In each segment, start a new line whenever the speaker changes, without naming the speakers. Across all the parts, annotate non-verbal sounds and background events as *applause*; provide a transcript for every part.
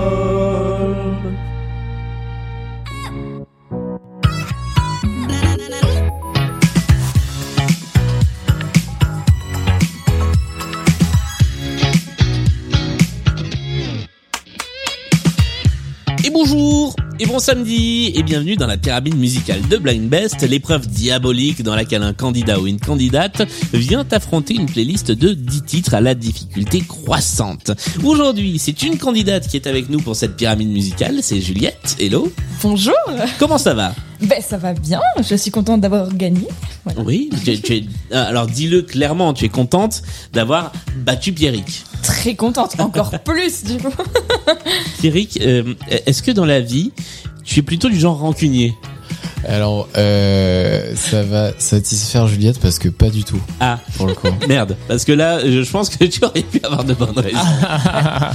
Microstodome.
Et bonjour et bon samedi et bienvenue dans la pyramide musicale de Blind Best, l'épreuve diabolique dans laquelle un candidat ou une candidate vient affronter une playlist de 10 titres à la difficulté croissante. Aujourd'hui, c'est une candidate qui est avec nous pour cette pyramide musicale, c'est Juliette. Hello,
Bonjour
comment ça va
Ben ça va bien, je suis contente d'avoir gagné. Voilà.
Oui, tu, es- tu es- ah, alors dis-le clairement, tu es contente d'avoir battu Pierrick.
Très contente, *laughs* encore plus du coup.
Pierrick, euh, est-ce que dans la vie, tu es plutôt du genre rancunier
Alors, euh, ça va satisfaire Juliette parce que pas du tout,
Ah,
pour le coup.
merde, parce que là, je je pense que tu aurais pu avoir de bonnes raisons.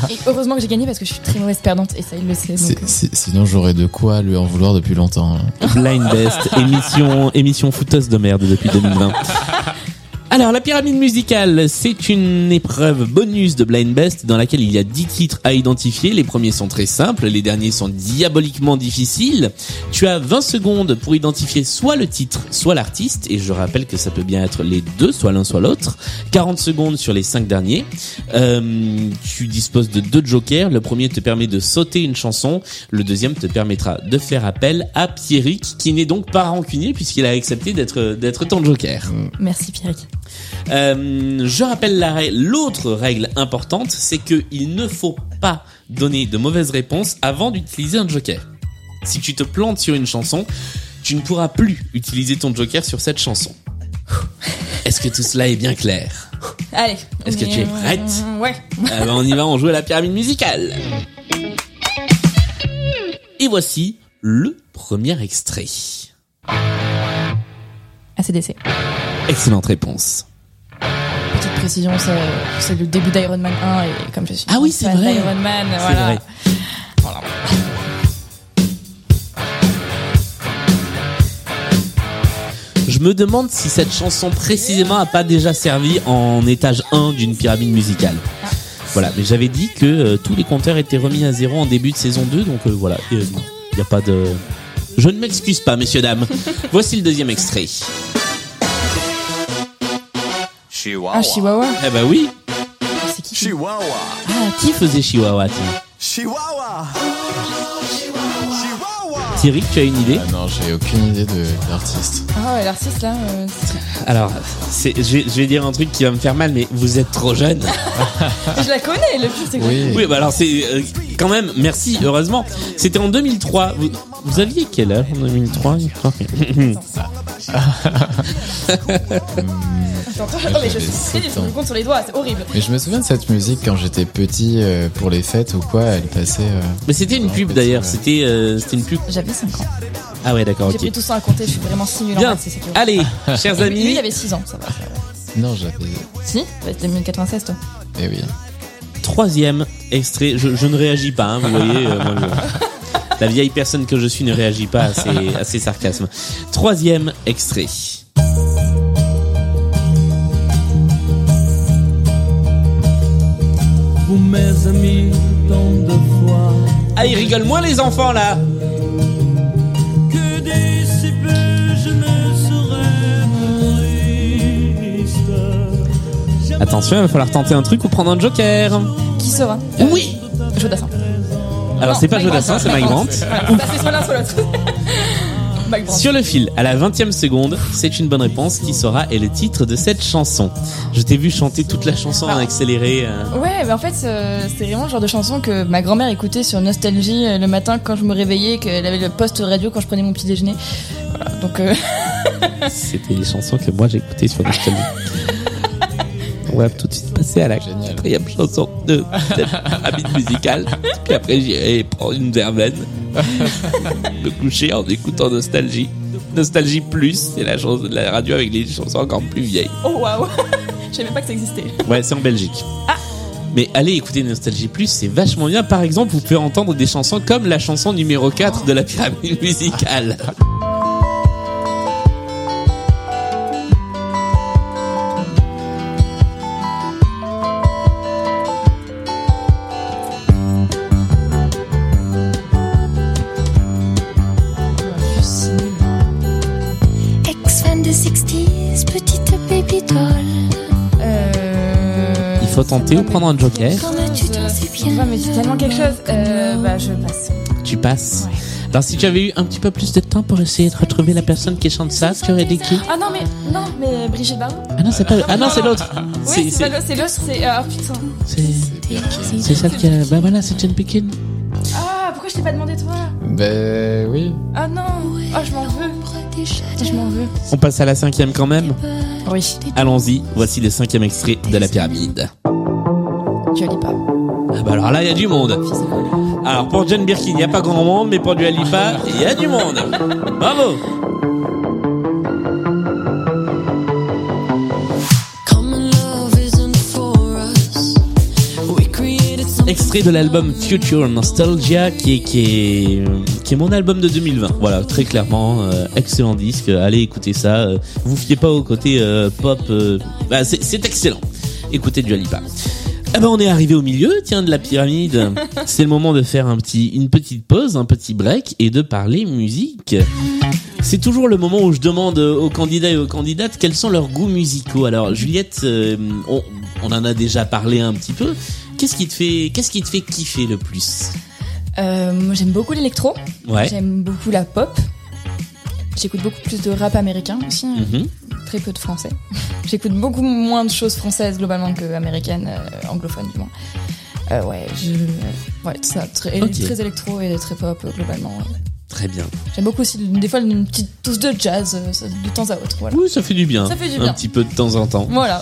Et heureusement que j'ai gagné parce que je suis très mauvaise perdante et ça il le sait. donc,
C'est- c'est- sinon, j'aurais de quoi lui en vouloir depuis longtemps. hein.
Blind Best, émission, émission fouteuse de merde depuis 2020. Alors, la pyramide musicale, c'est une épreuve bonus de Blind Best dans laquelle il y a 10 titres à identifier. Les premiers sont très simples, les derniers sont diaboliquement difficiles. Tu as 20 secondes pour identifier soit le titre, soit l'artiste, et je rappelle que ça peut bien être les deux, soit l'un, soit l'autre. 40 secondes sur les 5 derniers. Euh, tu disposes de deux jokers. Le premier te permet de sauter une chanson. Le deuxième te permettra de faire appel à Pierrick, qui n'est donc pas rancunier puisqu'il a accepté d'être d'être ton joker.
Merci Pierrick.
Euh, je rappelle la rè- l'autre règle importante, c'est que il ne faut pas donner de mauvaises réponses avant d'utiliser un joker. Si tu te plantes sur une chanson, tu ne pourras plus utiliser ton joker sur cette chanson. Est-ce que tout cela est bien clair
Allez.
Est-ce que
on
tu es prête
Euh, Ouais.
Ah ben, on y va, on joue à la pyramide musicale. Et voici le premier extrait.
ACDC.
Excellente réponse.
Petite précision, ça, c'est le début d'Iron Man 1 et comme je suis
Ah oui, c'est
fan
vrai.
d'Iron Man,
C'est
voilà.
vrai. Je me demande si cette chanson précisément a pas déjà servi en étage 1 d'une pyramide musicale. Voilà, mais j'avais dit que euh, tous les compteurs étaient remis à zéro en début de saison 2, donc euh, voilà, il n'y a pas de... Je ne m'excuse pas, messieurs, dames. Voici le deuxième extrait.
Chihuahua.
Ah Chihuahua,
Eh ben oui,
c'est qui qui-
Chihuahua.
Ah,
qui faisait Chihuahua tiens
Chihuahua. Chihuahua.
Thierry, tu as une idée
Ah non, j'ai aucune idée de l'artiste.
ah ouais, l'artiste là, euh, c'est-
Alors, c'est- je vais je vais dire un truc qui va me faire mal, mais vous êtes trop jeune.
*laughs* je la connais, le pire c'est que
Oui,
*laughs* Oui, bah alors c'est euh, quand même, merci, heureusement. C'était en 2003. Vous, vous aviez quel âge en 2003
J'entends- Oh, mais je suis
J'avais
triste,
sept
je me
ans.
compte sur les doigts, c'est horrible.
mais je me souviens de cette musique quand j'étais petit euh, pour les fêtes ou quoi. Elle passait. euh,
Mais c'était une pub d'ailleurs, c'était euh, c'était une pub.
J'avais 5 ans.
Ah ouais, d'accord,
J'ai
ok.
pris tout ça à compter, je suis vraiment simulante.
Bien,
c'est- c'est que-
allez, chers
Lui, lui,
amis,
il avait 6 ans, ça va. ça va.
Non, j'avais.
Si C'était 1096, toi.
Eh oui.
troisième extrait. Je, je ne réagis pas, hein, vous voyez. euh, moi, je- La vieille personne que je suis ne réagit pas à ces, à ces sarcasmes. Troisième extrait.
Vous, mes amis, tant de fois
Ah, ils rigolent moins les enfants là
que d'ici peu je ne serai triste. Jamais
Attention, il va falloir tenter un truc ou prendre un joker.
Qui sera
Oui
Jodassin.
Alors
Non,
c'est pas
Mike
Jodassin,
Brandt.
c'est Mike Brandt.
*laughs* Voilà, bah, c'est soit l'un, soit l'autre. *laughs* Mike Brandt.
Sur le fil, à la 20 e seconde, c'est une bonne réponse qui sera est le titre de cette chanson. Je t'ai vu chanter toute la chanson en accéléré. euh.
Ouais, mais en fait, euh, c'est vraiment le genre de chanson que ma grand-mère écoutait sur Nostalgie euh, le matin quand je me réveillais, qu'elle avait le poste radio quand je prenais mon petit déjeuner. Voilà, donc euh, *laughs*
C'était les chansons que moi j'écoutais sur Nostalgie. On va tout de suite passer à la
Génial.
quatrième chanson de la habite musicale. Puis après j'irai prendre une verveine, me coucher en écoutant Nostalgie. Nostalgie Plus, c'est la, chanson de la radio avec les chansons encore plus vieilles.
oh waouh, *laughs* je savais pas que ça existait.
Ouais, c'est en Belgique.
Ah.
Mais allez écouter Nostalgie Plus, c'est vachement bien. Par exemple, vous pouvez entendre des chansons comme la chanson numéro 4 de la pyramide musicale. faut tenter ou prendre un joker.
Comme tu t'en sais bien.
Ouais, mais Euh, c'est tellement quelque chose. Euh, bah, je passe.
Tu passes.
Ouais.
Alors si tu avais eu un petit peu plus de temps pour essayer de retrouver la personne qui chante ça, tu aurais dit qui
Ah non, mais non, mais Brigitte Bardot.
Ah non, c'est pas. Ah non, c'est l'autre.
Oui, c'est pas le- c'est l'autre, c'est. Ah putain.
c'est-
C'est bien.
c'est celle qui. A... Bah voilà, c'est Jane Pikin.
Ah, pourquoi je t'ai pas demandé toi
Ben oui.
Ah non. Ah, je m'en veux. Je m'en veux.
On passe à la cinquième quand même.
Oui,
Allons-y. Voici le cinquième extrait de la pyramide.
tu lis pas.
Ah bah alors là, il y a du monde. Alors pour Jane Birkin, il n'y a pas grand monde, mais pour Dua Lipa, il y a du monde. Bravo.
Common love isn't for us. We created something
Extrait de l'album Future Nostalgia, qui est, qui, est, euh, qui est mon album de 2020. Voilà, très clairement, euh, excellent disque. Allez écouter ça. euh, Vous fiez pas au côté euh, pop. euh, bah, c'est c'est excellent. Écoutez Dua Lipa. Ah ben on est arrivé au milieu, tiens, de la pyramide. C'est le moment de faire un petit, une petite pause, un petit break et de parler musique. C'est toujours le moment où je demande aux candidats et aux candidates quels sont leurs goûts musicaux. Alors Juliette, euh, on, on en a déjà parlé un petit peu. Qu'est-ce qui te fait, qu'est-ce qui te fait kiffer le plus
Euh, moi, j'aime beaucoup l'électro.
Ouais.
J'aime beaucoup la pop. J'écoute beaucoup plus de rap américain aussi, euh,
Mhm.
très peu de français. *laughs* J'écoute beaucoup moins de choses françaises globalement que américaines, euh, anglophones du moins. Euh, ouais, je, euh, ouais, tout ça, très,
Ok.
très électro et très pop euh, globalement. ouais.
Très bien.
J'aime beaucoup aussi des fois une petite touche de jazz euh, ça, de temps à autre. Voilà.
Oui, ça fait du bien.
Ça fait du
Un
bien. Mm.
petit peu de temps en temps.
Voilà.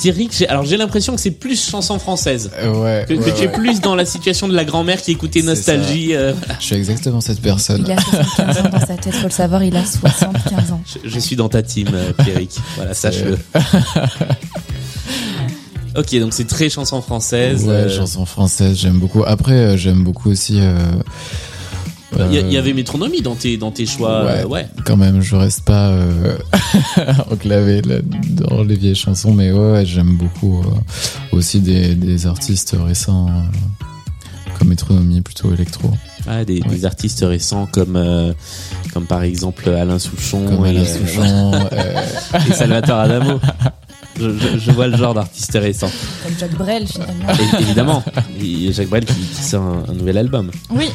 Pierrick, j'ai- alors j'ai l'impression que c'est plus chanson française.
Euh, ouais.
Que, que
ouais,
tu es
ouais.
plus dans la situation de la grand-mère qui écoutait
C'est
Nostalgie. euh,
Je suis exactement cette personne.
Il a 75 ans dans sa tête, faut le savoir, il a 75 ans.
je, je suis dans ta team, euh,
*laughs*
Pierrick. voilà, sache-le. *laughs* ok, donc c'est très chanson française.
Ouais,
euh,
chanson française, j'aime beaucoup. Après, euh, j'aime beaucoup aussi. euh,
Il y, a-
euh,
il y avait métronomie dans tes, dans tes choix.
Ouais.
euh, ouais.
Quand même, je reste pas euh, *laughs* enclavé là, dans les vieilles chansons, mais ouais, ouais, j'aime beaucoup euh, aussi des, des artistes récents, euh, comme Métronomie, plutôt électro.
Ah, des, des artistes récents comme, euh, comme par exemple Alain Souchon,
Comme
et,
Alain
euh,
Souchon, euh,
et Salvatore Adamo. Je, je- je vois le genre d'artiste récent.
Comme Jacques Brel finalement.
Et- évidemment, il y a Jacques Brel qui, qui sort un, un nouvel album
Oui,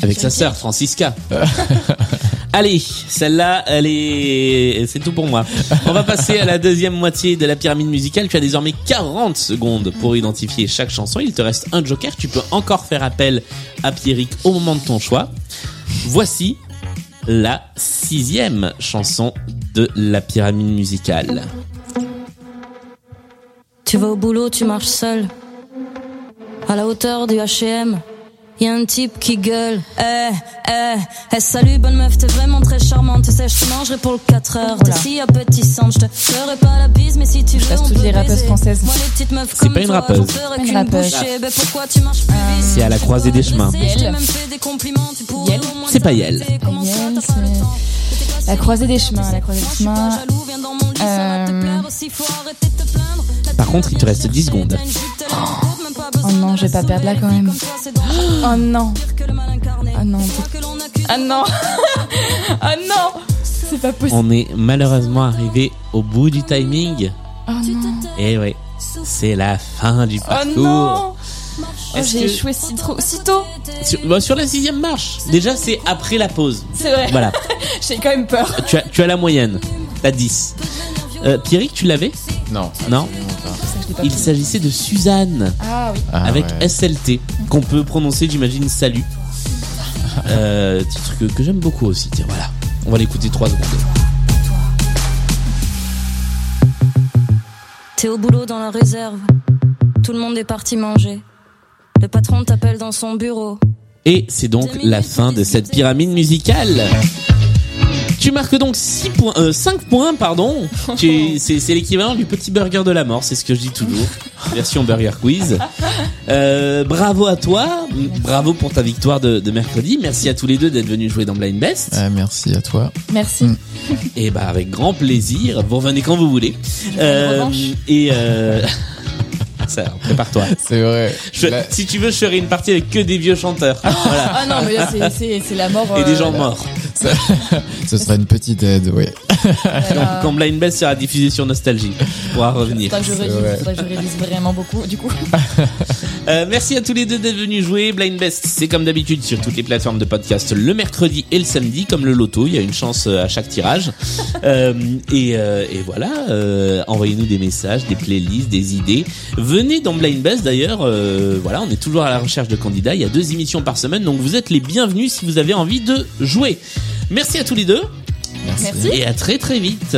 avec sa sœur Francisca. *laughs* Allez, celle-là, elle est, c'est tout pour moi. On va passer à la deuxième moitié de la pyramide musicale. Tu as désormais 40 secondes pour identifier chaque chanson. Il te reste un joker. Tu peux encore faire appel à Pierrick au moment de ton choix. Voici la sixième chanson de la pyramide musicale.
Tu vas au boulot, tu marches seul. À la hauteur du HM, y a un type qui gueule. Eh, eh, eh, salut, bonne meuf, t'es vraiment très charmante. Tu sais, je te mangerai pour le 4 heures. T'es
Oula.
si appétissante, je te ferai pas la bise, mais si tu veux,
passe
on
toutes
peut
les rappeuses
baiser.
françaises.
Moi, les petites meufs
C'est
comme
pas une
toi,
rappeuse.
j'en ferai
Une
qu'une
rappeuse.
bouchée. Ben, pourquoi tu marches plus vite
C'est à la croisée des chemins.
Je t'ai
Yel.
même fait des compliments, tu pourrais
Yel.
au moins
C'est pas Yel.
t'arrêter. Comment ça,
Yel,
t'as pas le
c'est-
temps T'étais pas
La
si
croisée des
contente,
chemins,
je
la
sais
croisée
pas,
des
je suis pas
chemins.
jaloux, viens dans mon lit, ça va te
Euh,
plaire aussi, faut arrêter de te plaindre. La
Par contre, il te reste 10 secondes.
Oh non, je vais pas perdre là quand même.
Oh non. Ah non. Ah non. ah non. C'est pas possible.
On est malheureusement arrivé au bout du timing.
Oh non.
Et ouais, c'est la fin du
Oh
parcours.
non. Oh,
Est-ce
j'ai
que-
échoué si trop, si tôt.
Sur, bah, sur la sixième marche. Déjà, c'est après la pause.
C'est vrai.
Voilà.
J'ai quand même peur.
tu, as, tu as la moyenne. T'as 10. Euh, Pierrick, tu l'avais
Non.
*laughs* Non.
absolument pas.
Il s'agissait de Suzanne
Ah oui.
Ah,
avec
ouais.
SLT, qu'on peut prononcer, j'imagine, salut. Euh, titre que, que j'aime beaucoup aussi. Tiens, voilà. On va l'écouter 3 secondes.
T'es au boulot dans la réserve. Tout le monde est parti manger. Le patron t'appelle dans son bureau.
Et c'est donc la fin de cette pyramide musicale. Tu marques donc 6 points, 5 points, pardon.
*laughs*
Tu- C'est c'est l'équivalent du petit burger de la mort, c'est ce que je dis toujours. Version burger quiz. Euh, bravo à toi, bravo pour ta victoire de, de mercredi. Merci à tous les deux d'être venus jouer dans Blind Best.
Ah, merci à toi.
Merci.
Mm.
Et bah avec grand plaisir, vous revenez quand vous voulez. Euh,
revanche.
et euh... *laughs* ça, alors, prépare-toi.
C'est vrai.
Je-
Là-
Si tu veux, je ferai une partie avec que des vieux chanteurs. Voilà.
Ah non, mais Oh là, c'est- c'est c'est la mort.
Et des
euh,
gens morts.
Ça- Ce sera une petite aide, oui.
Donc,
Euh,
quand Blind Best sera diffusé sur Nostalgie, on pourra revenir.
faudra que je révise,
vrai.
faudra que je révise vraiment beaucoup du coup.
Euh, merci à tous les deux d'être venus jouer. Blind Best, c'est comme d'habitude sur toutes les plateformes de podcast le mercredi et le samedi, comme le loto. Il y a une chance euh, à chaque
*laughs*
tirage. Euh, et, euh, et voilà, euh, envoyez-nous des messages, des playlists, des idées. Venez dans Blind Best d'ailleurs. euh, voilà, on est toujours à la recherche de candidats. Il y a deux émissions par semaine, donc vous êtes les bienvenus si vous avez envie de jouer. Merci à tous les deux
Merci.
et à très très vite.